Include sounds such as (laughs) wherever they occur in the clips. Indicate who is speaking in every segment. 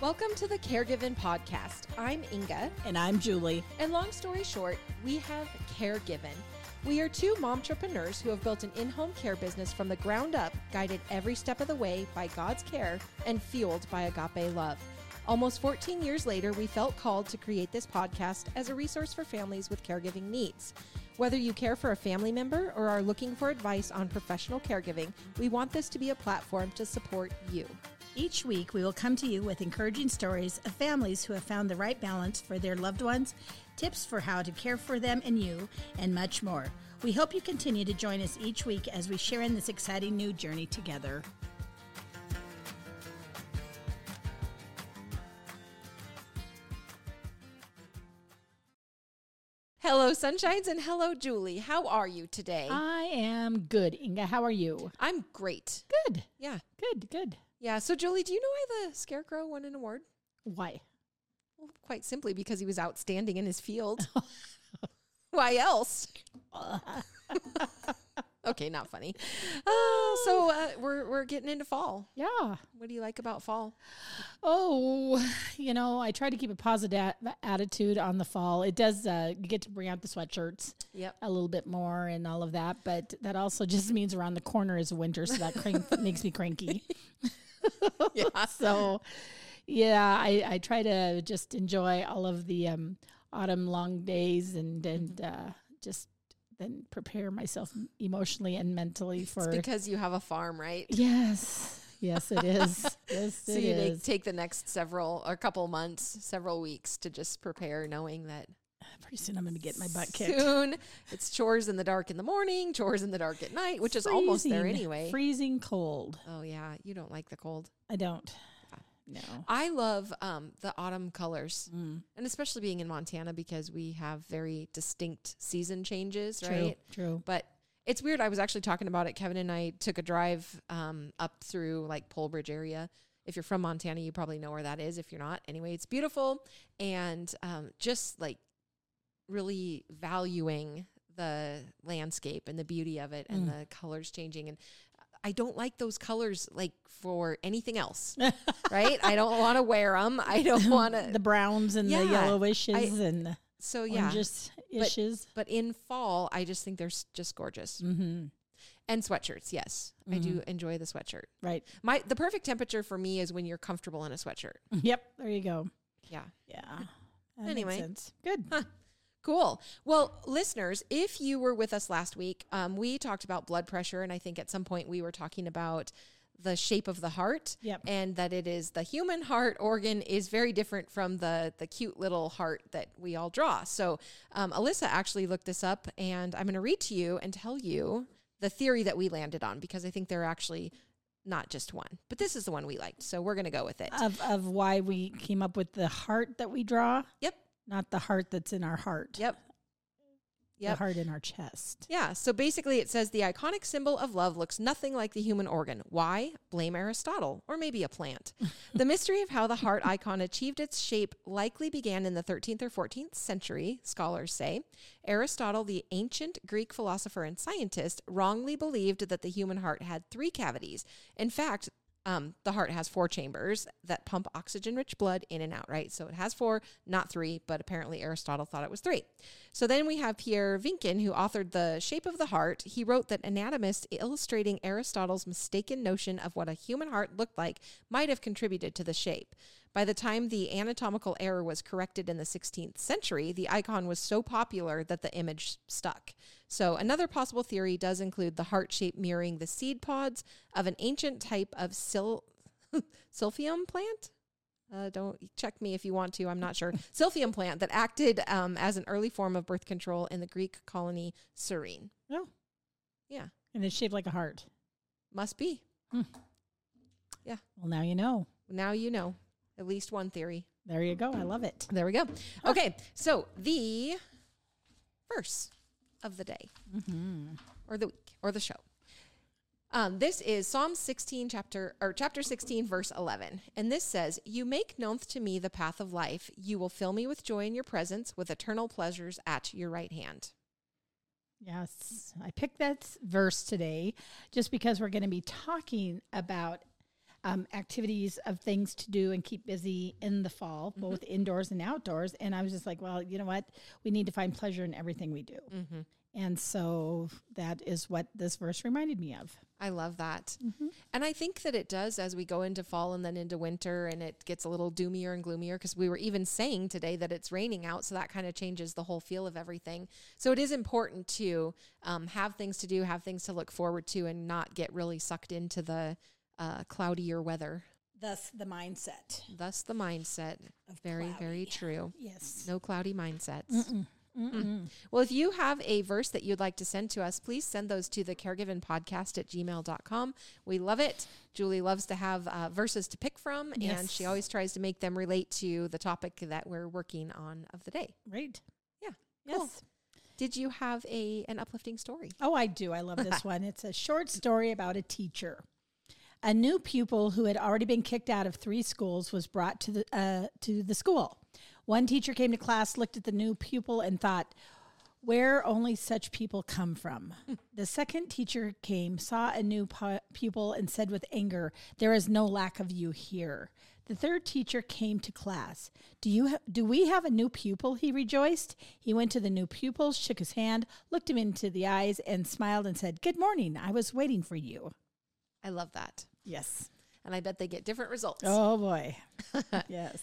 Speaker 1: Welcome to the Caregiven Podcast. I'm Inga,
Speaker 2: And I'm Julie.
Speaker 1: and long story short, we have Caregiven. We are two momtrepreneurs who have built an in home care business from the ground up, guided every step of the way by God's care and fueled by agape love. Almost 14 years later, we felt called to create this podcast as a resource for families with caregiving needs. Whether you care for a family member or are looking for advice on professional caregiving, we want this to be a platform to support you.
Speaker 2: Each week, we will come to you with encouraging stories of families who have found the right balance for their loved ones, tips for how to care for them and you, and much more. We hope you continue to join us each week as we share in this exciting new journey together.
Speaker 1: Hello, Sunshines, and hello, Julie. How are you today?
Speaker 3: Um,
Speaker 2: I am good. Inga, how are you?
Speaker 1: I'm great.
Speaker 2: Good.
Speaker 1: Yeah.
Speaker 2: Good, good.
Speaker 1: Yeah. So, Julie, do you know why the scarecrow won an award?
Speaker 2: Why?
Speaker 1: Well, quite simply because he was outstanding in his field. why else? okay, not funny. Uh, so, uh, we're, we're getting into fall.
Speaker 3: Yeah.
Speaker 1: What do you like about fall?
Speaker 3: Oh, you know, I try to keep a positive attitude on the fall. It does uh, you get to bring out the sweatshirts
Speaker 1: Yep.
Speaker 3: a little bit more and all of that, but that also (laughs) just means around the corner is winter, so that crank- (laughs) makes me cranky.
Speaker 1: Yeah.
Speaker 3: So, yeah, I, I try to just enjoy all of the um, autumn long days and
Speaker 1: Mm-hmm.
Speaker 3: and uh, just then prepare myself emotionally and mentally
Speaker 1: It's
Speaker 3: for.
Speaker 1: because you have a farm, right?
Speaker 3: yes, yes,
Speaker 1: (laughs)
Speaker 3: it is. Yes,
Speaker 1: So
Speaker 3: it
Speaker 1: you
Speaker 3: is.
Speaker 1: take, take the next several, a couple months, several weeks to just prepare, knowing that
Speaker 3: Pretty soon I'm going to get my butt kicked.
Speaker 1: soon. It's chores in the dark in the morning, chores in the dark at night, which is almost there
Speaker 3: Freezing-
Speaker 1: anyway.
Speaker 3: Freezing cold.
Speaker 1: oh yeah, you don't like the cold.
Speaker 3: I don't.
Speaker 1: Ah,
Speaker 3: No.
Speaker 1: I love um, the autumn colors,
Speaker 3: Mm,
Speaker 1: and especially being in Montana because we have very distinct season changes, right?
Speaker 3: True.
Speaker 1: But it's weird. I was actually talking about it. Kevin and I took a drive um, up through like Polebridge area. If you're from Montana, you probably know where that is. If you're not, anyway, it's beautiful and um, just like really valuing the landscape and the beauty of it and
Speaker 3: Hmm.
Speaker 1: the colors changing. And uh, I don't like those colors like for anything
Speaker 3: (laughs)
Speaker 1: else, right? I don't want to wear them. I don't want to.
Speaker 3: The browns and
Speaker 1: Yeah,
Speaker 3: the yellowishes
Speaker 1: I-
Speaker 3: and the
Speaker 1: So yeah,
Speaker 3: oranges
Speaker 1: But-
Speaker 3: ishes.
Speaker 1: but in fall, I just think they're s- just gorgeous.
Speaker 3: Mm-hmm.
Speaker 1: And sweatshirts, yes, I do enjoy the sweatshirt. (laughs)
Speaker 3: Right.
Speaker 1: My the perfect temperature for me is when you're comfortable in a sweatshirt.
Speaker 3: Yep. There you go.
Speaker 1: Yeah.
Speaker 3: Yeah. That makes
Speaker 1: Anyway.
Speaker 3: sense. Good.
Speaker 1: Cool. Well, listeners, if you were with us last week, um, we talked about blood pressure, and I think at some point we were talking about the shape of the heart,
Speaker 3: Yep.
Speaker 1: and that it is the human heart organ is very different from the the cute little heart that we all draw. So, um, Alyssa actually looked this up, and I'm going to read to you and tell you the theory that we landed on because I think there are actually not just one, but this is the one we liked, so we're going to go with it.
Speaker 3: Of of why we came up with the heart that we draw,
Speaker 1: yep.
Speaker 3: not the heart that's in our heart.
Speaker 1: Yep.
Speaker 3: The
Speaker 1: Yep.
Speaker 3: heart in our chest.
Speaker 1: Yeah. So basically, it says the iconic symbol of love looks nothing like the human organ. Why? Blame Aristotle, or maybe a plant. the mystery of how the heart icon achieved its shape likely began in the 13th or 14th century, scholars say. Aristotle, the ancient Greek philosopher and scientist, wrongly believed that the human heart had three cavities. In fact, um, the heart has four chambers that pump oxygen rich blood in and out, right? So it has four, not three, but apparently Aristotle thought it was three. So then we have Pierre Vinkin, who authored The Shape of the Heart. He wrote that anatomists illustrating Aristotle's mistaken notion of what a human heart looked like might have contributed to the shape. By the time the anatomical error was corrected in the 16th century, the icon was so popular that the image stuck. So, another possible theory does include the heart shape mirroring the seed pods of an ancient type of sil- (laughs) silphium plant. Uh, don't check me if you want to. I'm not sure. Silphium plant that acted um, as an early form of birth control in the Greek colony Cyrene.
Speaker 3: Oh.
Speaker 1: Yeah,
Speaker 3: And it's shaped like a heart.
Speaker 1: must be.
Speaker 3: Well, now you know.
Speaker 1: Now you know at least one theory.
Speaker 3: There you go. I love it.
Speaker 1: There we go. Okay, so the verse of the day, or the week, or the show. Um, this is Psalm 16, chapter or chapter 16, verse 11, and this says, "You make known to me the path of life. You will fill me with joy in your presence, with eternal pleasures at your right hand."
Speaker 3: Yes, I picked that s- verse today just because we're going to be talking about um, activities of things to do and keep busy in the fall, both indoors and outdoors. And I was just like, well, you know what? We need to find pleasure in everything we do. And so that is what this verse reminded me of.
Speaker 1: I love that. And I think that it does as we go into fall and then into winter and it gets a little doomier and gloomier because we were even saying today that it's raining out. So that kind of changes the whole feel of everything. So it is important to um, have things to do, have things to look forward to, and not get really sucked into the uh, cloudier weather.
Speaker 2: Thus, the mindset.
Speaker 1: Thus, the mindset. Very, very true.
Speaker 2: Yes.
Speaker 1: No cloudy mindsets. Mm. Well, if you have a verse that you'd like to send to us, please send those to the caregiven podcast at gmail.com. We love it. Julie loves to have uh, verses to pick from, and
Speaker 3: Yes.
Speaker 1: she always tries to make them relate to the topic that we're working on of the day.
Speaker 3: Right.
Speaker 1: Yeah.
Speaker 3: Yes.
Speaker 1: Cool. Did you have a an uplifting story?
Speaker 3: Oh, I do. I love this one. It's a short story about a teacher. A new pupil who had already been kicked out of three schools was brought to the uh, to the school. One teacher came to class, looked at the new pupil, and thought, "Where only such people come from." the second teacher came, saw a new pu- pupil, and said with anger, "There is no lack of you here." The third teacher came to class. "Do you ha- do we have a new pupil?" he rejoiced. He went to the new pupil, shook his hand, looked him into the eyes, and smiled and said, "Good morning. I was waiting for you."
Speaker 1: I love that.
Speaker 3: Yes.
Speaker 1: And I bet they get different results.
Speaker 3: Oh (laughs) boy. yes.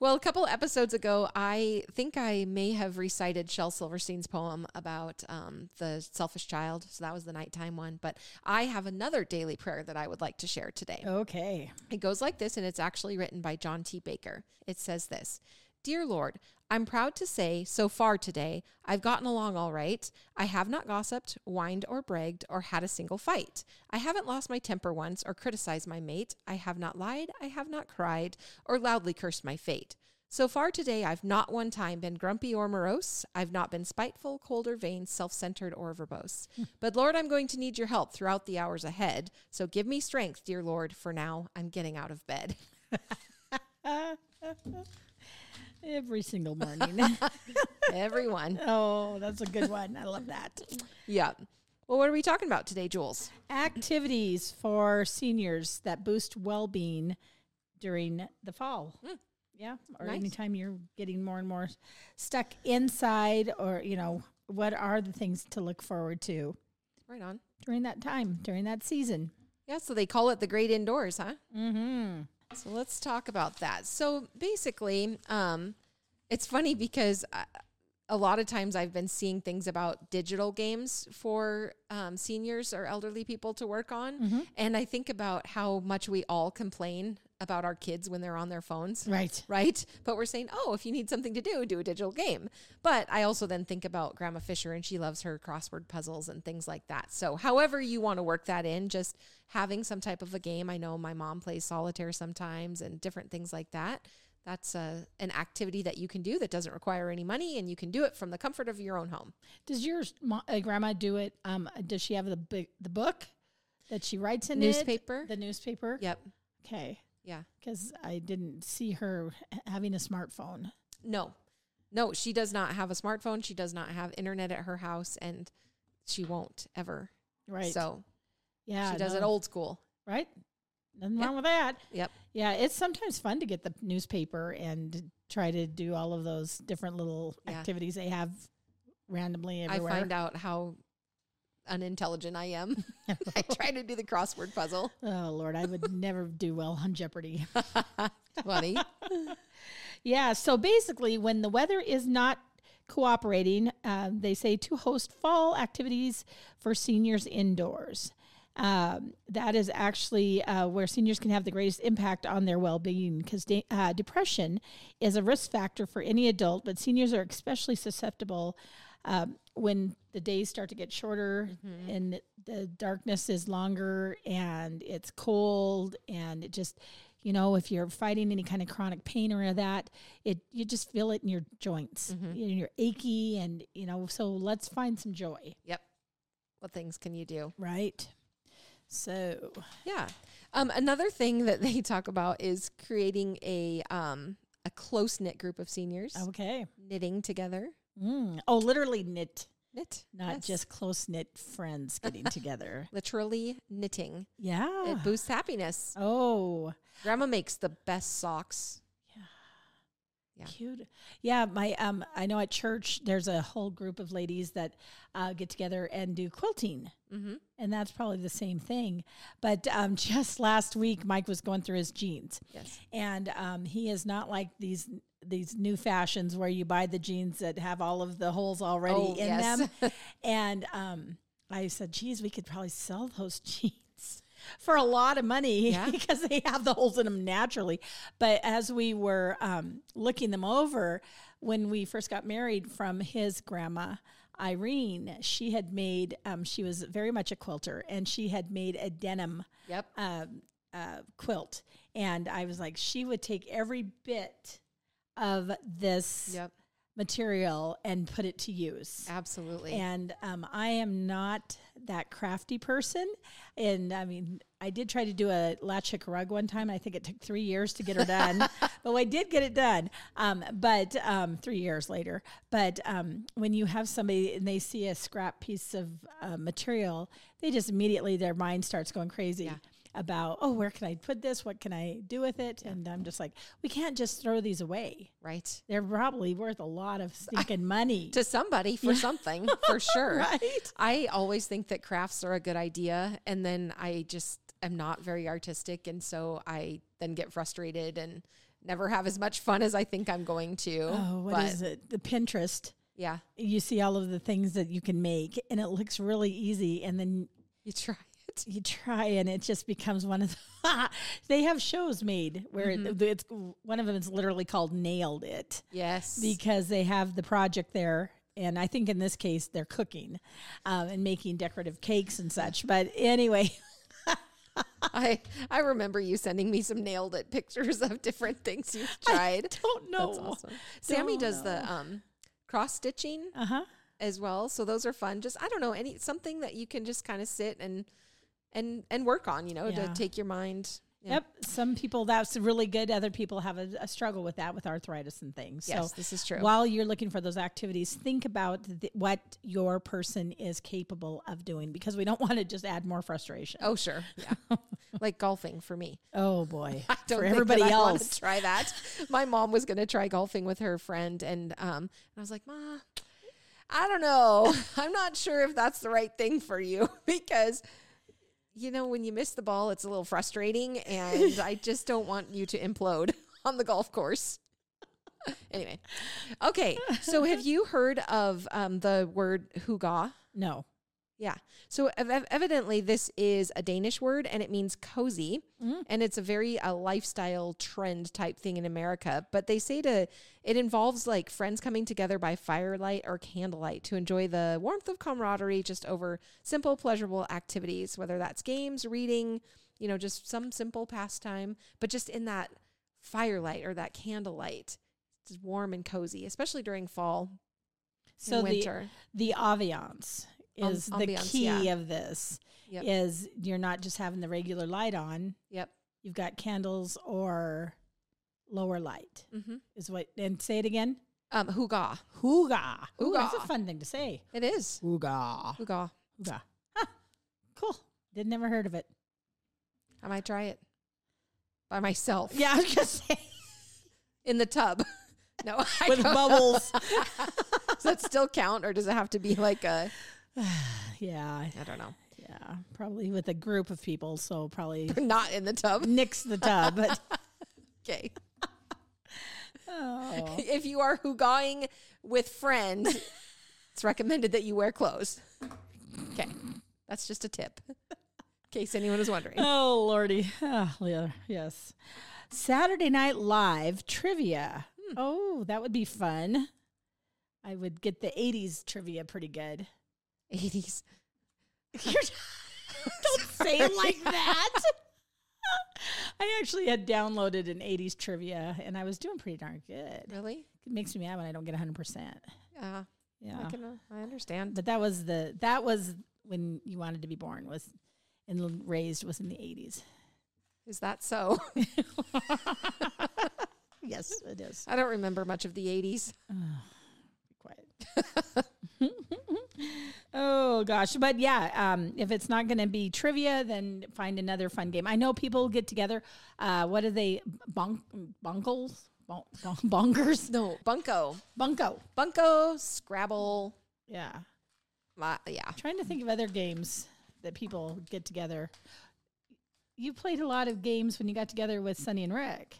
Speaker 1: Well, a couple episodes ago, I think I may have recited Shel Silverstein's poem about um, the selfish child. So that was the nighttime one. But I have another daily prayer that I would like to share today.
Speaker 3: Oh. Okay.
Speaker 1: It goes like this, and it's actually written by John T. Baker. It says this Dear Lord, I'm proud to say, so far today, I've gotten along all right. I have not gossiped, whined, or bragged, or had a single fight. I haven't lost my temper once or criticized my mate. I have not lied. I have not cried, or loudly cursed my fate. So far today, I've not one time been grumpy or morose. I've not been spiteful, cold or vain, self centered or verbose. but Lord, I'm going to need your help throughout the hours ahead. So give me strength, dear Lord, for now I'm getting out of bed. (laughs)
Speaker 3: Every single morning.
Speaker 1: Everyone.
Speaker 3: (laughs) oh, that's a good one. I love that.
Speaker 1: yeah. Well, what are we talking about today, Jules?
Speaker 3: Activities for seniors that boost well-being during the fall. Yeah, or
Speaker 1: Nice.
Speaker 3: anytime you're getting more and more stuck inside or, you know, what are the things to look forward to
Speaker 1: Right on.
Speaker 3: during that time, during that season?
Speaker 1: Yeah, so they call it the great indoors, huh?
Speaker 3: Mhm.
Speaker 1: So let's talk about that. So basically, um, it's funny because I, a lot of times I've been seeing things about digital games for um, seniors or elderly people to work on. And I think about how much we all complain about our kids when they're on their phones.
Speaker 3: Right.
Speaker 1: Right. But we're saying, oh, if you need something to do, do a digital game. But I also then think about Grandma Fisher and she loves her crossword puzzles and things like that. So, however, you want to work that in, just having some type of a game. I know my mom plays solitaire sometimes and different things like that. That's uh, an activity that you can do that doesn't require any money and you can do it from the comfort of your own home.
Speaker 3: Does your s- mo- uh, grandma do it? Um, does she have the big, the book that she writes in it?
Speaker 1: Newspaper?
Speaker 3: The newspaper.
Speaker 1: Yep.
Speaker 3: Okay.
Speaker 1: Yeah.
Speaker 3: Because I didn't see her h- having a smartphone.
Speaker 1: No, no, she does not have a smartphone. She does not have internet at her house and she won't ever.
Speaker 3: Right.
Speaker 1: So,
Speaker 3: yeah,
Speaker 1: she does it
Speaker 3: no,
Speaker 1: old school.
Speaker 3: right. Nothing
Speaker 1: Yeah.
Speaker 3: wrong with that.
Speaker 1: Yep.
Speaker 3: Yeah, it's sometimes fun to get the newspaper and try to do all of those different little
Speaker 1: Yeah.
Speaker 3: activities they have randomly everywhere.
Speaker 1: I find out how unintelligent I am. (laughs)
Speaker 3: (laughs)
Speaker 1: I try to do the crossword puzzle.
Speaker 3: Oh Lord, I would (laughs) never do well on Jeopardy.
Speaker 1: Funny.
Speaker 3: Yeah. So basically, when the weather is not cooperating, uh, they say to host fall activities for seniors indoors. Um, that is actually uh, where seniors can have the greatest impact on their well being because de- uh, depression is a risk factor for any adult, but seniors are especially susceptible um, when the days start to get shorter and the darkness is longer and it's cold and it just you know if you're fighting any kind of chronic pain or that it you just feel it in your joints you know, you're achy and you know so let's find some joy
Speaker 1: (laughs) yep. What things can you do?
Speaker 3: right so
Speaker 1: Yeah. Um, another thing that they talk about is creating a um, a close knit group of seniors
Speaker 3: okay
Speaker 1: knitting together.
Speaker 3: mm. oh literally knit
Speaker 1: knit.
Speaker 3: not
Speaker 1: Yes.
Speaker 3: just close knit friends (laughs) getting together.
Speaker 1: literally knitting.
Speaker 3: Yeah.
Speaker 1: It boosts happiness.
Speaker 3: oh,
Speaker 1: Grandma makes the best socks. Yeah.
Speaker 3: cute. Yeah, my um, I know at church there's a whole group of ladies that uh, get together and do quilting.
Speaker 1: Mm-hmm.
Speaker 3: And that's probably the same thing. But um, (laughs) just last week, Mike was going through his jeans.
Speaker 1: Yes.
Speaker 3: and um, he is not like these these new fashions where you buy the jeans that have all of the holes already
Speaker 1: Oh,
Speaker 3: in
Speaker 1: yes. (laughs)
Speaker 3: them. and um, I said, "Geez, we could probably sell those (laughs) jeans for a lot of money (laughs)
Speaker 1: Yeah.
Speaker 3: because they have the holes in them naturally." But as we were um, looking them over when we first got married from his grandma. Irene, she had made, um, she was very much a quilter, and she had made a denim
Speaker 1: Yep.
Speaker 3: um, uh, quilt, and I was like, she would take every bit of this
Speaker 1: Yep.
Speaker 3: material and put it to use.
Speaker 1: Absolutely.
Speaker 3: And um, I am not that crafty person, and I mean, I did try to do a latchik rug one time. And I think it took three years to get her done, but I did get it done. Um, but um, three years later, but um, when you have somebody and they see a scrap piece of uh, material, they just immediately their mind starts going crazy
Speaker 1: Yeah.
Speaker 3: about oh, where can I put this? What can I do with it? And I'm just like, we can't just throw these away.
Speaker 1: right.
Speaker 3: They're probably worth a lot of
Speaker 1: (laughs)
Speaker 3: stinking money.
Speaker 1: To somebody for
Speaker 3: (laughs)
Speaker 1: something, for sure.
Speaker 3: Right.
Speaker 1: (laughs) I always think that crafts are a good idea. And then I just am not very artistic. And so I then get frustrated and never have as much fun as I think I'm going to.
Speaker 3: Oh, what is
Speaker 1: But,
Speaker 3: it? The Pinterest.
Speaker 1: Yeah.
Speaker 3: You see all of the things that you can make, and it looks really easy. And then
Speaker 1: You try it.
Speaker 3: you try, and it just becomes one of the. (laughs) they have shows made where
Speaker 1: Mm-hmm.
Speaker 3: it, it's one of them is literally called Nailed It
Speaker 1: Yes.
Speaker 3: because they have the project there. And I think in this case, they're cooking um, and making decorative cakes and such. But anyway,
Speaker 1: (laughs)
Speaker 3: (laughs)
Speaker 1: I I remember you sending me some nailed it pictures of different things
Speaker 3: (laughs)
Speaker 1: you've tried.
Speaker 3: don't know.
Speaker 1: That's awesome. Sammy does the um, cross stitching
Speaker 3: Uh huh.
Speaker 1: as well, so those are fun. Just I don't know any something that you can just kind of sit and and and work on, you know,
Speaker 3: Yeah.
Speaker 1: to take your mind. Yeah.
Speaker 3: Yep. Some people that's really good. Other people have a, a struggle with that with arthritis and things.
Speaker 1: Yes,
Speaker 3: so
Speaker 1: this is true.
Speaker 3: While you're looking for those activities, think about th- what your person is capable of doing because we don't (laughs) want to just add more frustration.
Speaker 1: Oh sure, (laughs) yeah, like golfing for me.
Speaker 3: Oh, boy.
Speaker 1: (laughs) I don't
Speaker 3: for
Speaker 1: think
Speaker 3: everybody
Speaker 1: that I wanna
Speaker 3: else.
Speaker 1: try that. My mom was going to try golfing with her friend, and um, and I was like, Ma, I don't (laughs) know. I'm not sure if that's the right thing for you (laughs) because. You know, when you miss the ball, it's a little frustrating, and (laughs) I just don't want you to implode (laughs) on the golf course. (laughs) Anyway, okay. So, have you heard of um, the word "huga"?
Speaker 3: No.
Speaker 1: Yeah. So ev- ev- evidently, this is a Danish word, and it means cozy,
Speaker 3: Mm-hmm.
Speaker 1: and it's a very uh, lifestyle trend type thing in America. But they say to it involves like friends coming together by firelight or candlelight to enjoy the warmth of camaraderie just over simple, pleasurable activities, whether that's games, reading, you know, just some simple pastime, but just in that firelight or that candlelight. It's warm and cozy, especially during fall
Speaker 3: So
Speaker 1: and
Speaker 3: the,
Speaker 1: winter.
Speaker 3: the ambiance
Speaker 1: Am-
Speaker 3: is the
Speaker 1: ambiance,
Speaker 3: key
Speaker 1: yeah.
Speaker 3: of this
Speaker 1: Yep.
Speaker 3: is you're not just having the regular light on.
Speaker 1: Yep.
Speaker 3: You've got candles or lower light
Speaker 1: hmm
Speaker 3: is what, and say it again.
Speaker 1: Um, huga.
Speaker 3: Hooga. Ooh,
Speaker 1: Hooga.
Speaker 3: That's a fun thing to say.
Speaker 1: It is.
Speaker 3: Hooga.
Speaker 1: Hooga.
Speaker 3: Hooga. Huh. Cool. Did never heard of it.
Speaker 1: I might try it by myself
Speaker 3: Yeah, I was just saying.
Speaker 1: in the tub. (laughs) No, I
Speaker 3: (laughs) With
Speaker 1: don't- (laughs)
Speaker 3: bubbles.
Speaker 1: Does that still count, or does it have to be like a?
Speaker 3: yeah.
Speaker 1: I don't know. (laughs)
Speaker 3: Yeah. Probably with a group of people, so probably
Speaker 1: Not in the tub.
Speaker 3: nix the tub. But
Speaker 1: Okay.
Speaker 3: (laughs) oh.
Speaker 1: If you are hoogaing with friends, it's recommended that you wear clothes. Okay, that's just a tip, in case anyone was
Speaker 3: (laughs)
Speaker 1: wondering.
Speaker 3: (laughs) oh lordy. Oh, yeah, yes. Saturday night live trivia. Oh, that would be fun. I would get the 80s trivia pretty good.
Speaker 1: Eighties.
Speaker 3: (laughs) You're (laughs) don't say it like that. (laughs) I actually had downloaded an 80s trivia and I was doing pretty darn good.
Speaker 1: (laughs) Really?
Speaker 3: It makes me mad when I don't get 100%.
Speaker 1: Yeah.
Speaker 3: Yeah.
Speaker 1: I can. Uh, I understand.
Speaker 3: But that was the that was when you wanted to be born was and l- raised was in the 80s.
Speaker 1: Is that so? (laughs)
Speaker 3: Yes, it is.
Speaker 1: I don't remember much of the eighties.
Speaker 3: Be quiet. (laughs) Oh gosh, but yeah, um, if it's not going to be trivia, then find another fun game. I know people get together. Uh, what are they? Bunk, bunkles, bon, bon, (laughs) bonkers,
Speaker 1: No, Bunko,
Speaker 3: bunko.
Speaker 1: Bunko, Scrabble.
Speaker 3: Yeah,
Speaker 1: My, yeah,
Speaker 3: trying to think of other games that people get together. You played a lot of games when you got together with Sunny and Rick.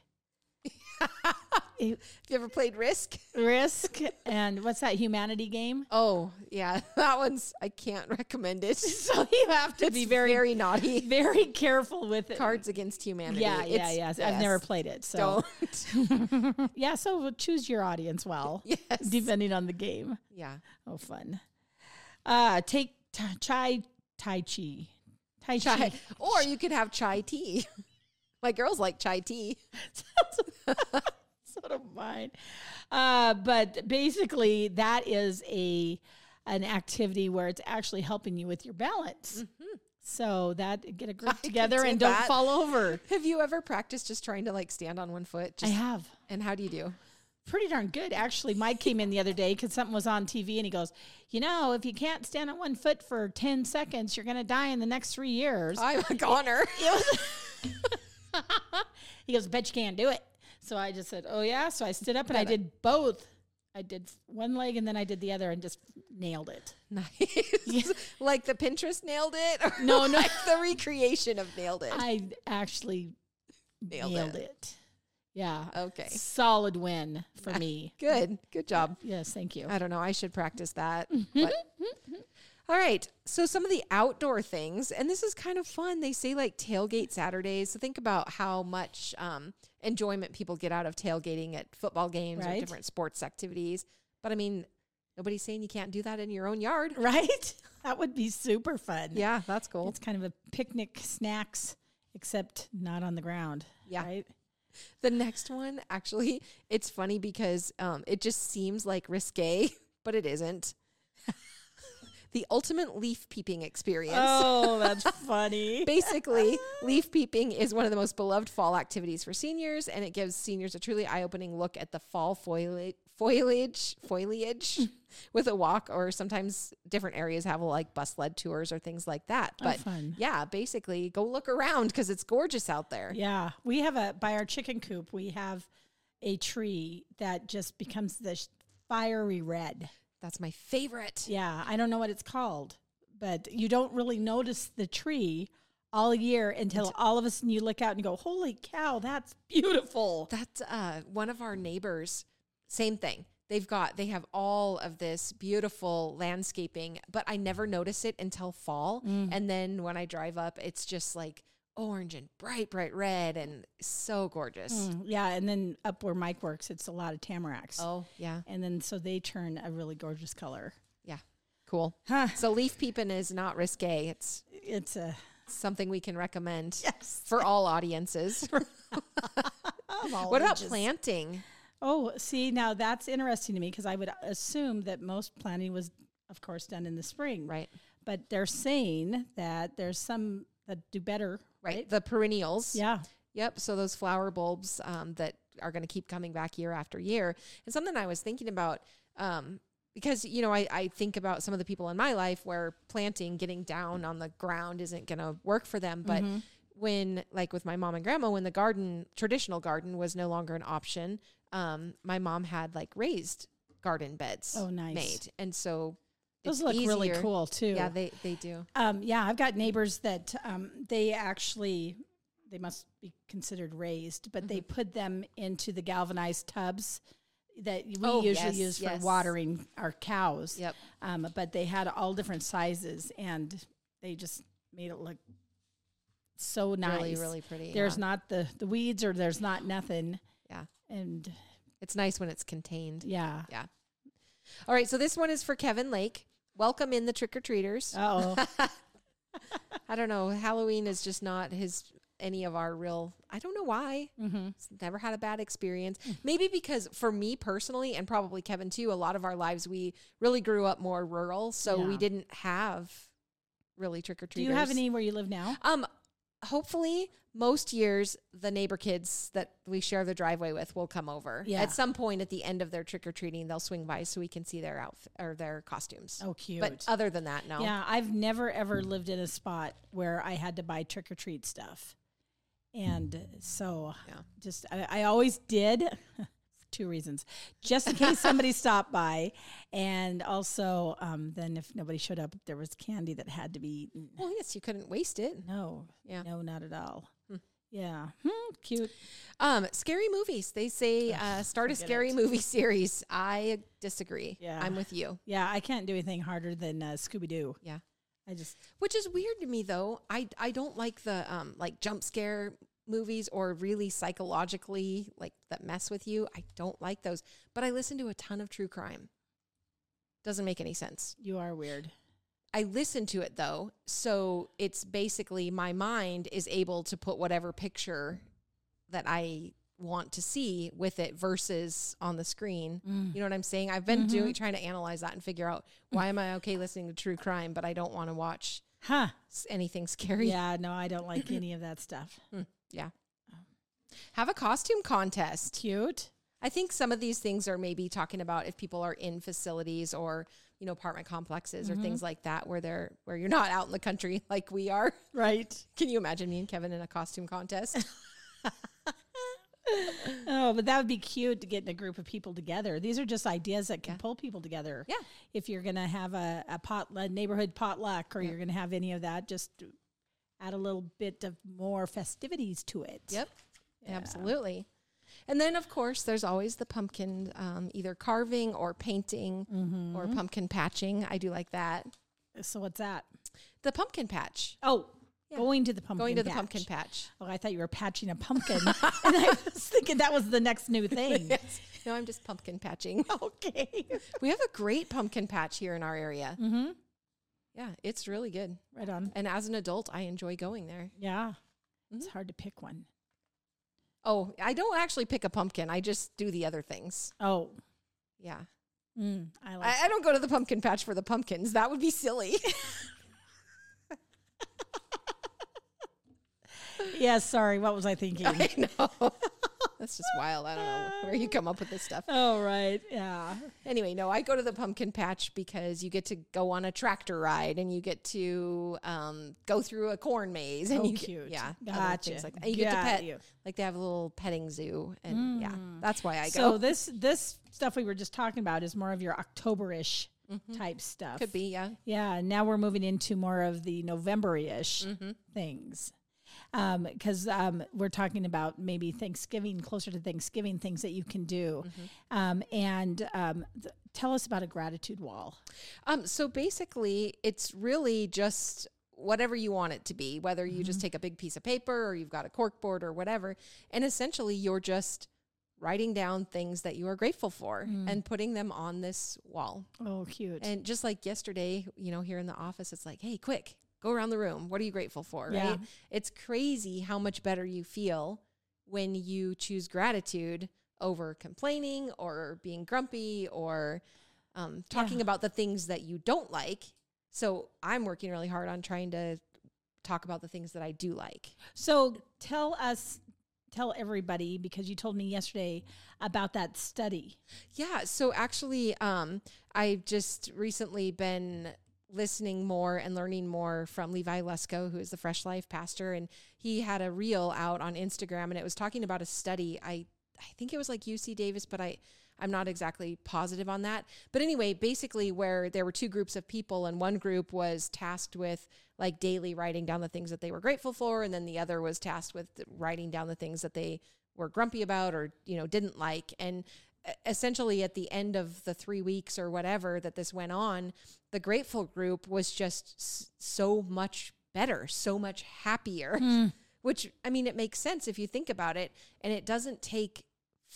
Speaker 1: Have you ever played Risk? (laughs)
Speaker 3: Risk and what's that humanity game?
Speaker 1: Oh, yeah. That one's, I can't recommend it.
Speaker 3: (laughs) So you have
Speaker 1: (laughs)
Speaker 3: to
Speaker 1: It's
Speaker 3: be very, (laughs)
Speaker 1: very naughty.
Speaker 3: very careful with it.
Speaker 1: Cards Against Humanity.
Speaker 3: Yeah, yeah,
Speaker 1: It's-
Speaker 3: yes. I've never
Speaker 1: yes.
Speaker 3: played it, so
Speaker 1: Don't.
Speaker 3: (laughs) Yeah, so choose your audience (laughs) well,
Speaker 1: (laughs) Yes.
Speaker 3: depending on the game.
Speaker 1: yeah.
Speaker 3: Oh, fun. Uh, take t- chai tai chi. Tai chi.
Speaker 1: Chai. Or you could have chai tea. (laughs) My girls like chai tea.
Speaker 3: (laughs) sort of mine. Uh, but basically, that is a an activity where it's actually helping you with your balance. So that (laughs) get a group
Speaker 1: could
Speaker 3: together
Speaker 1: do
Speaker 3: and don't
Speaker 1: that.
Speaker 3: fall over.
Speaker 1: Have you ever practiced just trying to like stand on one foot?
Speaker 3: I
Speaker 1: Just,
Speaker 3: have.
Speaker 1: and how do you do?
Speaker 3: pretty darn good actually mike came in the other day because something was on tv and he goes you know if you can't stand on one foot for 10 seconds you're going to die in the next three years
Speaker 1: I'm a
Speaker 3: (laughs)
Speaker 1: goner.
Speaker 3: he goes bet you can't do it so i just said oh yeah so i stood up and i did both i did one leg and then i did the other and just nailed it
Speaker 1: nice. (laughs) Like the Pinterest nailed it? (laughs) Or
Speaker 3: No, no.
Speaker 1: like the recreation of nailed it.
Speaker 3: i actually
Speaker 1: nailed,
Speaker 3: nailed,
Speaker 1: it.
Speaker 3: it. yeah
Speaker 1: Okay.
Speaker 3: solid win for me
Speaker 1: Good. Good job.
Speaker 3: yes thank you
Speaker 1: I don't know. I should practice (laughs) that. but- All right. So some of the outdoor things, and this is kind of fun. They say like tailgate Saturdays. So think about how much um, enjoyment people get out of tailgating at football games or
Speaker 3: Right.
Speaker 1: different sports activities. But I mean, nobody's saying you can't do that in your own yard.
Speaker 3: (laughs) right that would be super fun
Speaker 1: (laughs) Yeah, that's cool.
Speaker 3: It's kind of a picnic snacks, except not on the ground.
Speaker 1: Yeah.
Speaker 3: Right?
Speaker 1: The next one, actually, it's funny because um, it just seems like risque, (laughs) but it isn't. (laughs) the ultimate leaf peeping experience. (laughs)
Speaker 3: Oh, that's funny. (laughs)
Speaker 1: Basically,
Speaker 3: Ah.
Speaker 1: leaf peeping is one of the most beloved fall activities for seniors, and it gives seniors a truly eye-opening look at the fall foila- foliage, foliage,
Speaker 3: Mm.
Speaker 1: (laughs) with a walk, or sometimes different areas have like bus led tours or things like that. But
Speaker 3: Oh, fun.
Speaker 1: yeah, basically, go look around because it's gorgeous out there.
Speaker 3: Yeah, we have a by our chicken coop. We have a tree that just becomes this fiery red.
Speaker 1: That's my favorite.
Speaker 3: Yeah, I don't know what it's called, but you don't really notice the tree all year until all of a sudden you look out and go, "Holy cow, that's beautiful!"
Speaker 1: That's uh, one of our neighbors. Same thing. They've got they have all of this beautiful landscaping, but I never notice it until fall. And then when I drive up, it's just like orange and bright, bright red, and so gorgeous.
Speaker 3: Mm, Yeah, and then up where Mike works, it's a lot of tamaracks,
Speaker 1: Oh yeah,
Speaker 3: and then so they turn a really gorgeous color.
Speaker 1: yeah, cool.
Speaker 3: Huh.
Speaker 1: So leaf peeping is not risque. It's
Speaker 3: It's a
Speaker 1: something we can recommend
Speaker 3: Yes.
Speaker 1: for all audiences. what about planting?
Speaker 3: Oh, see, now that's interesting to me because I would assume that most planting was, of course, done in the spring.
Speaker 1: Right.
Speaker 3: But they're saying that there's some that do better.
Speaker 1: Right. The perennials.
Speaker 3: Yeah.
Speaker 1: Yep. So those flower bulbs um, that are going to keep coming back year after year. And something I was thinking about um, because, you know, I, I think about some of the people in my life where planting, getting down on the ground isn't going to work for them. But
Speaker 3: Mm-hmm.
Speaker 1: when, like with my mom and grandma, when the garden, traditional garden was no longer an option, um, my mom had like raised garden beds
Speaker 3: Oh, nice.
Speaker 1: made. And so
Speaker 3: Those
Speaker 1: it's
Speaker 3: look really
Speaker 1: easier.
Speaker 3: cool, too.
Speaker 1: Yeah, they, they do.
Speaker 3: um, yeah, I've got neighbors that um, they actually, they must be considered raised, but
Speaker 1: Mm-hmm.
Speaker 3: they put them into the galvanized tubs that we
Speaker 1: Oh,
Speaker 3: usually
Speaker 1: yes,
Speaker 3: use
Speaker 1: yes.
Speaker 3: for watering our cows.
Speaker 1: Yep.
Speaker 3: Um, but they had all different sizes and they just made it look so nice.
Speaker 1: Really, really pretty.
Speaker 3: There's
Speaker 1: yeah.
Speaker 3: not the, the weeds or there's not nothing.
Speaker 1: Yeah.
Speaker 3: And
Speaker 1: It's nice when it's contained.
Speaker 3: yeah.
Speaker 1: Yeah. All right. So this one is for Kevin Lake. Welcome in the trick or treaters. (laughs)
Speaker 3: Uh oh.
Speaker 1: I don't know. Halloween is just not his any of our real. I don't know why. It's never had a bad experience. Maybe because for me personally, and probably Kevin too, a lot of our lives we really grew up more rural, so we
Speaker 3: Yeah.
Speaker 1: didn't have really trick or treaters.
Speaker 3: Do you have any where you live now?
Speaker 1: Um, hopefully most years the neighbor kids that we share the driveway with will come over.
Speaker 2: Yeah.
Speaker 1: At some point at the end of their trick or treating, they'll swing by so we can see their outfit or their costumes.
Speaker 2: Oh, cute.
Speaker 1: But other than that, no.
Speaker 3: Yeah, I've never ever lived in a spot where I had to buy trick or treat stuff. And so
Speaker 1: Yeah.
Speaker 3: just I, I always did (laughs) for two reasons. Just in case
Speaker 1: (laughs)
Speaker 3: somebody stopped by and also um, then if nobody showed up there was candy that had to be eaten.
Speaker 1: Well, yes, you couldn't waste it.
Speaker 3: No.
Speaker 1: Yeah.
Speaker 3: No, not at all. Yeah. Hmm, cute.
Speaker 1: Um, scary movies. They say uh, start a
Speaker 3: forget
Speaker 1: scary
Speaker 3: it.
Speaker 1: movie (laughs) series. I disagree.
Speaker 3: Yeah.
Speaker 1: I'm with you.
Speaker 3: Yeah, I can't do anything harder than uh, Scooby Doo.
Speaker 1: Yeah.
Speaker 3: I just
Speaker 1: Which is weird to me though. I I don't like the um like jump scare movies or really psychologically like that mess with you. I don't like those. But I listen to a ton of true crime. Doesn't make any sense.
Speaker 3: you are weird.
Speaker 1: I listen to it though, so it's basically my mind is able to put whatever picture that I want to see with it versus on the screen. You know what I'm saying? I've been doing trying to analyze that and figure out why am I okay listening to true crime, but I don't want to watch
Speaker 3: Huh.
Speaker 1: s- anything scary.
Speaker 3: Yeah, no, I
Speaker 1: (clears throat)
Speaker 3: don't like any of that stuff.
Speaker 1: Yeah. Oh. Have a costume contest.
Speaker 3: Cute.
Speaker 1: I think some of these things are maybe talking about if people are in facilities or, you know, apartment complexes or things like that where they're where you're not out in the country (laughs) like we are.
Speaker 3: Right.
Speaker 1: Can you imagine me and Kevin in a costume contest?
Speaker 3: Oh, but that would be cute to get in a group of people together. These are just ideas that can pull people together.
Speaker 1: Yeah.
Speaker 3: If you're going to have a, a pot a neighborhood potluck or you're going to have any of that, just add a little bit of more festivities to
Speaker 1: (laughs)
Speaker 3: it.
Speaker 1: (laughs) Yep. Absolutely. And then of course there's always the pumpkin um, either carving or painting or pumpkin patching. I do like that.
Speaker 3: So what's that?
Speaker 1: The pumpkin patch.
Speaker 3: Oh, going to the pumpkin.
Speaker 1: Going to the
Speaker 3: patch.
Speaker 1: pumpkin (laughs) patch.
Speaker 3: Oh, I thought you were patching a
Speaker 1: (laughs)
Speaker 3: pumpkin. (laughs) and I was thinking that was the next new thing.
Speaker 1: No, I'm just pumpkin patching. (laughs)
Speaker 3: Okay.
Speaker 1: We have a great pumpkin patch here in our area. Mm-hmm. Yeah, it's really good.
Speaker 3: Right on.
Speaker 1: And as an adult, I enjoy going there.
Speaker 3: Yeah. It's
Speaker 1: Mm-hmm.
Speaker 3: hard to pick one.
Speaker 1: Oh, I don't actually pick a pumpkin. I just do the other things.
Speaker 3: Oh,
Speaker 1: Yeah.
Speaker 3: mm, I like
Speaker 1: I, I don't go to the pumpkin patch for the pumpkins. That would be silly. (laughs)
Speaker 3: Yeah, sorry. What was I
Speaker 1: (laughs)
Speaker 3: thinking?
Speaker 1: I know. That's just wild. I don't know where you come up with this stuff.
Speaker 3: oh, right. Yeah.
Speaker 1: Anyway, no, I go to the pumpkin patch because you get to go on a tractor ride and you get to um, go through a corn maze and
Speaker 3: Oh,
Speaker 1: you get-
Speaker 3: cute.
Speaker 1: yeah, other
Speaker 3: Gotcha.
Speaker 1: things like that. And you get
Speaker 3: Got
Speaker 1: to pet
Speaker 3: you. Mm.
Speaker 1: like they have a little petting zoo and yeah, that's why I
Speaker 3: So
Speaker 1: go.
Speaker 3: this this stuff we were just talking about is more of your Octoberish type stuff.
Speaker 1: Mm-hmm. Could be yeah.
Speaker 3: Yeah. and Now we're moving into more of the Novemberish
Speaker 1: Mm-hmm.
Speaker 3: things. Because um, we're talking about maybe Thanksgiving, closer to Thanksgiving, things that you can do.
Speaker 1: Mm-hmm.
Speaker 3: Um, and um, th- tell us about a gratitude wall.
Speaker 1: Um, so basically, it's really just whatever you want it to be, whether you just take a big piece of paper or you've got a cork board or whatever. And essentially, you're just writing down things that you are grateful for and putting them on this wall.
Speaker 3: Oh, cute.
Speaker 1: And just like yesterday, you know, here in the office, it's like, hey, quick, go around the room. What are you grateful for?
Speaker 3: Yeah.
Speaker 1: Right. It's crazy how much better you feel when you choose gratitude over complaining or being grumpy or um, talking about the things that you don't like. So I'm working really hard on trying to talk about the things that I do like.
Speaker 3: So tell us, tell everybody, because you told me yesterday about that study.
Speaker 1: Yeah. So actually, um, I've just recently been listening more and learning more from Levi Lesko, who is the Fresh Life pastor, and he had a reel out on Instagram, and it was talking about a study. I I think it was like UC Davis, but I I'm not exactly positive on that. But anyway, basically, where there were two groups of people, and one group was tasked with like daily writing down the things that they were grateful for, and then the other was tasked with writing down the things that they were grumpy about or you know didn't like and e- essentially at the end of the three weeks or whatever that this went on the grateful group was just s- so much better so much happier
Speaker 3: Hmm.
Speaker 1: which i mean it makes sense if you think about it and it doesn't take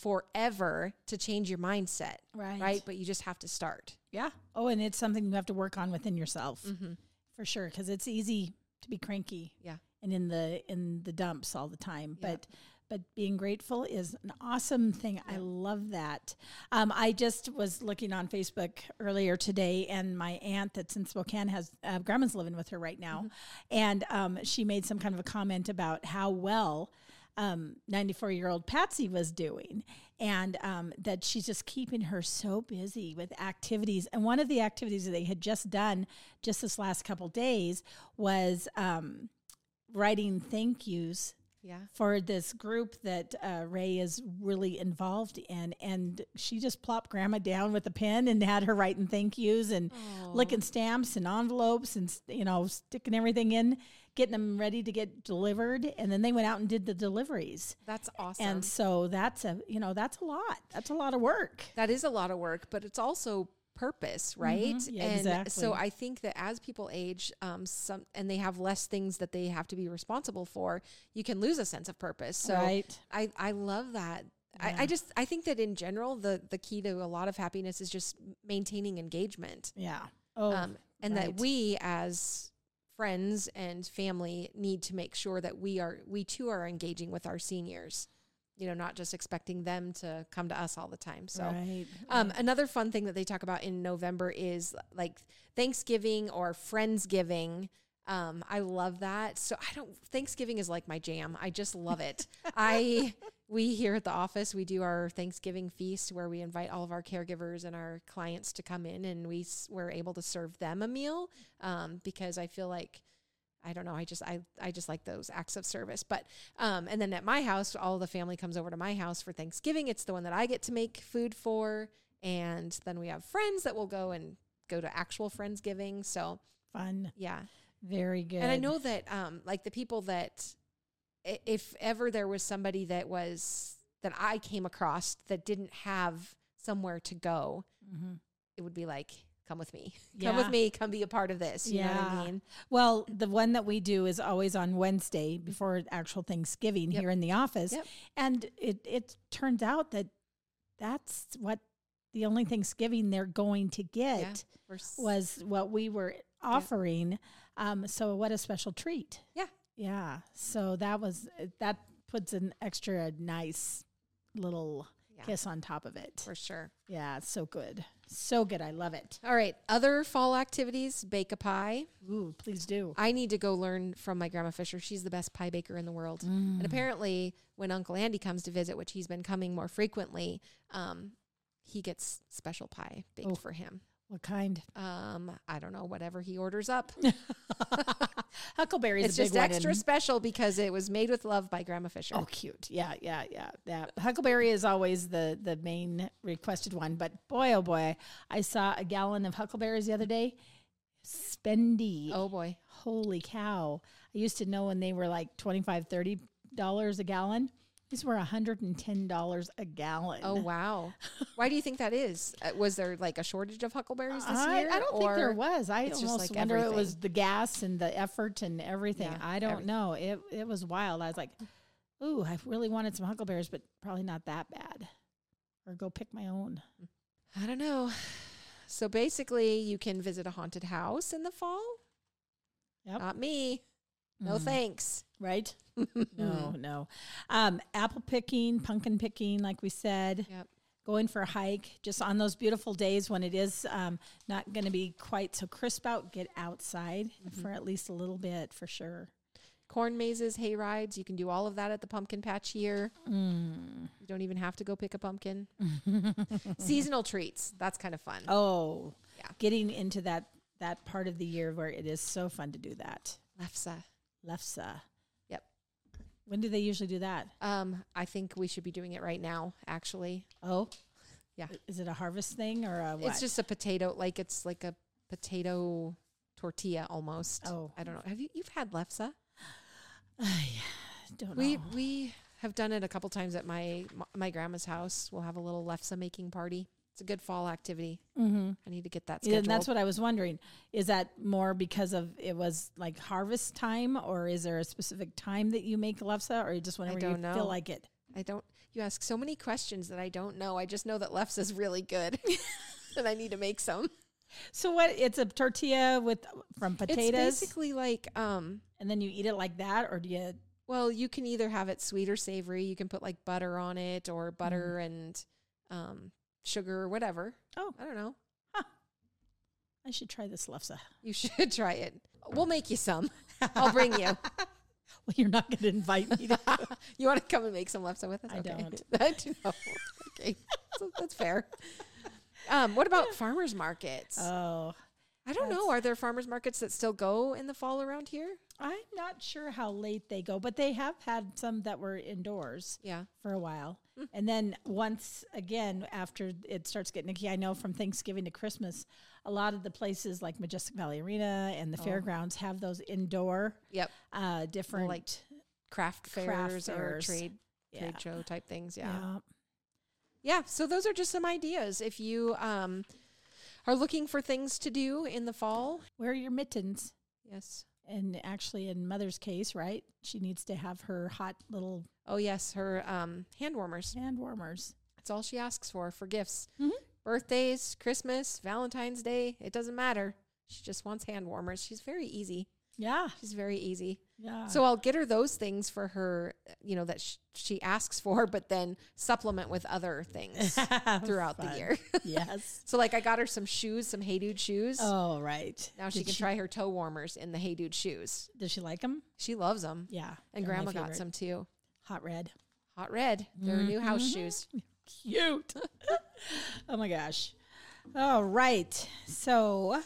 Speaker 1: forever to change your mindset
Speaker 3: Right.
Speaker 1: right but you just have to start
Speaker 3: Yeah. Oh, and it's something you have to work on within yourself for sure, because it's easy to be cranky
Speaker 1: yeah
Speaker 3: and in the in the dumps all the time.
Speaker 1: Yeah.
Speaker 3: But But being grateful is an awesome thing. I love that. Um, I just was looking on Facebook earlier today, and my aunt that's in Spokane has uh, grandma's living with her right now,
Speaker 1: Mm-hmm.
Speaker 3: and um, she made some kind of a comment about how well. 94 year old Patsy was doing, and um, that she's just keeping her so busy with activities. And one of the activities that they had just done just this last couple days was um, writing thank yous
Speaker 1: Yeah.
Speaker 3: for this group that uh, Ray is really involved in. And she just plopped grandma down with a pen and had her writing thank yous and licking stamps and envelopes and, s- you know, sticking everything in, getting them ready to get delivered. And then they went out and did the deliveries.
Speaker 1: That's awesome.
Speaker 3: And so that's a, you know, that's a lot. That's a lot of work.
Speaker 1: that is a lot of work, but it's also purpose, right?
Speaker 3: Mm-hmm. Yeah,
Speaker 1: and
Speaker 3: exactly.
Speaker 1: so I think that as people age, um, some and they have less things that they have to be responsible for, you can lose a sense of purpose. So
Speaker 3: Right.
Speaker 1: I, I love that. I, I just I think that in general the the key to a lot of happiness is just maintaining engagement.
Speaker 3: Yeah. Oh,
Speaker 1: um, and
Speaker 3: right.
Speaker 1: that we as friends and family need to make sure that we are we too are engaging with our seniors you know not just expecting them to come to us all the time so
Speaker 3: right.
Speaker 1: um, another fun thing that they talk about in november is like thanksgiving or friendsgiving um, i love that so i don't thanksgiving is like my jam i just love it i we here at the office we do our thanksgiving feast where we invite all of our caregivers and our clients to come in and we s- we're able to serve them a meal um, because i feel like I don't know. I just I I just like those acts of service. But um, and then at my house, all the family comes over to my house for Thanksgiving. It's the one that I get to make food for, and then we have friends that will go and go to actual friendsgiving. So
Speaker 3: Fun.
Speaker 1: yeah,
Speaker 3: Very good.
Speaker 1: and I know that um, like the people that i- if ever there was somebody that was that I came across that didn't have somewhere to go,
Speaker 3: Mm-hmm.
Speaker 1: it would be like come with me, (laughs) come
Speaker 3: Yeah.
Speaker 1: with me, come be a part of this. You know what
Speaker 3: Yeah.
Speaker 1: I mean?
Speaker 3: Well, the one that we do is always on Wednesday before actual Thanksgiving
Speaker 1: Yep.
Speaker 3: here in the office.
Speaker 1: Yep.
Speaker 3: And it, it turns out that that's what the only Thanksgiving they're going to get
Speaker 1: Yeah. We're s-
Speaker 3: was what we were offering. Um, so, what a special treat.
Speaker 1: yeah.
Speaker 3: Yeah. So, that was that puts an extra nice little
Speaker 1: Yeah.
Speaker 3: kiss on top of it.
Speaker 1: For sure.
Speaker 3: Yeah. So good. So good. I love it.
Speaker 1: All right. Other fall activities, bake a pie.
Speaker 3: Ooh, please do.
Speaker 1: I need to go learn from my grandma Fisher. She's the best pie baker in the world.
Speaker 3: Mm.
Speaker 1: And apparently, when Uncle Andy comes to visit, which he's been coming more frequently, um, he gets special pie baked
Speaker 3: Oh.
Speaker 1: for him.
Speaker 3: What kind?
Speaker 1: Um, I don't know, whatever he orders up.
Speaker 3: (laughs) Huckleberry's
Speaker 1: it's
Speaker 3: a big
Speaker 1: just
Speaker 3: one
Speaker 1: extra
Speaker 3: in-
Speaker 1: special because it was made with love by Grandma Fisher.
Speaker 3: Oh, cute. Yeah, yeah, yeah. That huckleberry is always the the main requested one. But boy, oh boy, I saw a gallon of huckleberries the other day. Spendy.
Speaker 1: Oh, boy.
Speaker 3: Holy cow. I used to know when they were like 25 30 dollars a gallon. These were $110 a gallon.
Speaker 1: Oh, wow. Why do you think that is? Uh, was there like a shortage of huckleberries this
Speaker 3: I,
Speaker 1: year?
Speaker 3: I don't think there
Speaker 1: or-
Speaker 3: was. I
Speaker 1: it's
Speaker 3: almost
Speaker 1: just like
Speaker 3: wonder it was the gas and the effort and everything.
Speaker 1: Yeah,
Speaker 3: I don't
Speaker 1: everything.
Speaker 3: know. It it was wild. I was like, "Ooh, I really wanted some huckleberries, but probably not that bad." Or go pick my own.
Speaker 1: I don't know. So basically, you can visit a haunted house in the fall.
Speaker 3: Yep. Mm.
Speaker 1: Not me. No thanks.
Speaker 3: Right? (laughs) no, no. Um, apple picking, pumpkin picking, like we said.
Speaker 1: Yep.
Speaker 3: Going for a hike, just on those beautiful days when it is um, not going to be quite so crisp out. Get outside for at least a little bit, for sure.
Speaker 1: Corn mazes, hay rides. You can do all of that at the pumpkin patch here.
Speaker 3: Mm.
Speaker 1: You don't even have to go pick a
Speaker 3: (laughs)
Speaker 1: pumpkin. Seasonal treats. That's kind of fun.
Speaker 3: Oh,
Speaker 1: Yeah.
Speaker 3: Getting into that that part of the year where it is so fun to do that.
Speaker 1: Lefse.
Speaker 3: Lefsa.
Speaker 1: Yep.
Speaker 3: When do they usually do that?
Speaker 1: Um, I think we should be doing it right now, actually.
Speaker 3: Oh,
Speaker 1: Yeah.
Speaker 3: Is it a harvest thing or a what?
Speaker 1: It's just a potato, like it's like a potato tortilla almost.
Speaker 3: Oh.
Speaker 1: I don't know. Have you you've had lefse?
Speaker 3: don't
Speaker 1: We
Speaker 3: know.
Speaker 1: we have done it a couple times at my my grandma's house. We'll have a little lefse making party. It's a good fall activity. Mm-hmm. I need to get that
Speaker 3: Yeah,
Speaker 1: scheduled.
Speaker 3: and that's what I was wondering. Is that more because of it was like harvest time, or is there a specific time that you make lefse, or just whenever you
Speaker 1: don't
Speaker 3: feel
Speaker 1: know.
Speaker 3: like it?
Speaker 1: I don't. You ask so many questions that I don't know. I just know that lefse is really (laughs) good, and I need to make some.
Speaker 3: So what? It's a tortilla with from
Speaker 1: It's
Speaker 3: potatoes,
Speaker 1: basically like um.
Speaker 3: and then you eat it like that, or do you
Speaker 1: Well, you can either have it sweet or savory. You can put like butter on it or butter and um, sugar or whatever.
Speaker 3: Oh.
Speaker 1: I don't know.
Speaker 3: I should try this lefse. (laughs)
Speaker 1: You (laughs) should try it. We'll make you (laughs) some. I'll bring you.
Speaker 3: Well, you're not going to invite
Speaker 1: (laughs)
Speaker 3: me. To,
Speaker 1: you want to come and make some lefse with us?
Speaker 3: I don't.
Speaker 1: (laughs) I do know. Okay. So that's fair. Um, what about farmers markets?
Speaker 3: oh,
Speaker 1: I don't know. Are there farmers markets that still go in the fall around here?
Speaker 3: I'm not sure how late they go, but they have had some that were indoors
Speaker 1: Yeah.
Speaker 3: for a while.
Speaker 1: Mm.
Speaker 3: And then once again, after it starts getting icky, I know from Thanksgiving to Christmas, a lot of the places like Majestic Valley Arena and
Speaker 1: Oh.
Speaker 3: the fairgrounds have those indoor,
Speaker 1: Yep.
Speaker 3: uh, different.
Speaker 1: like Craft fairs, or
Speaker 3: fairs.
Speaker 1: trade
Speaker 3: yeah,
Speaker 1: trade show type things. Yeah.
Speaker 3: yeah.
Speaker 1: Yeah, so those are just some ideas. If you um, are looking for things to do in the fall,
Speaker 3: Wear your mittens.
Speaker 1: yes.
Speaker 3: And actually, in mother's case, right? She needs to have her hot little
Speaker 1: Oh, yes, her um, hand warmers.
Speaker 3: hand warmers.
Speaker 1: That's all she asks for for gifts.
Speaker 3: Mm-hmm.
Speaker 1: Birthdays, Christmas, Valentine's Day, it doesn't matter. She just wants hand warmers. She's very easy.
Speaker 3: Yeah.
Speaker 1: She's very easy.
Speaker 3: Yeah.
Speaker 1: So I'll get her those things for her, uh, you know, that sh- she asks for, but then supplement with other
Speaker 3: (laughs)
Speaker 1: things throughout the
Speaker 3: Fun.
Speaker 1: year.
Speaker 3: (laughs)
Speaker 1: (laughs)
Speaker 3: yes.
Speaker 1: so, like, I got her some shoes, some Hey Dude shoes.
Speaker 3: Oh, right.
Speaker 1: Now she
Speaker 3: Did
Speaker 1: can try her toe warmers in the Hey Dude shoes.
Speaker 3: Does she like them?
Speaker 1: She loves them.
Speaker 3: Yeah.
Speaker 1: And
Speaker 3: they're my
Speaker 1: grandma got
Speaker 3: favorite. Mm-hmm.
Speaker 1: some too.
Speaker 3: hot red.
Speaker 1: Hot red. They're new house shoes.
Speaker 3: Cute. (laughs) oh my gosh. All right. So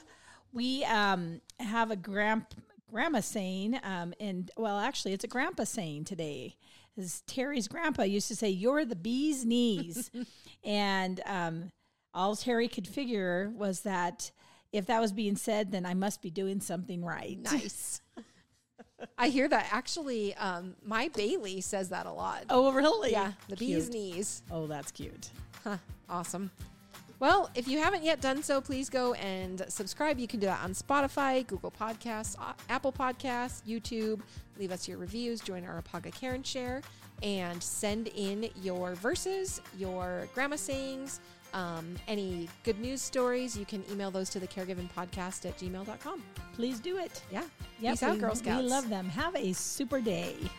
Speaker 3: we um, have a grand grandma saying, um, and well, actually, it's a grandpa saying today. Is Terry's grandpa used to say, "You're the
Speaker 1: (laughs)
Speaker 3: bee's knees," and um, all Terry could figure was that if that was being said, then I must be doing something right.
Speaker 1: Nice. (laughs) I hear that actually. Um, my Bailey says that a lot.
Speaker 3: (laughs) Oh, really?
Speaker 1: yeah. The bee's
Speaker 3: Cute.
Speaker 1: knees.
Speaker 3: Oh, that's cute.
Speaker 1: Huh, awesome. Well, if you haven't yet done so, please go and subscribe. You can do that on Spotify, Google Podcasts, A- Apple Podcasts, YouTube. Leave us your reviews, join our Apaga Karen share, and send in your verses, your grandma sayings, um, any good news stories. You can email those to the caregivenpodcast at gmail.com.
Speaker 3: Please do it.
Speaker 1: Yeah.
Speaker 3: Yes,
Speaker 1: Peace out,
Speaker 3: we,
Speaker 1: Girl Scouts.
Speaker 3: We love them. Have a super day.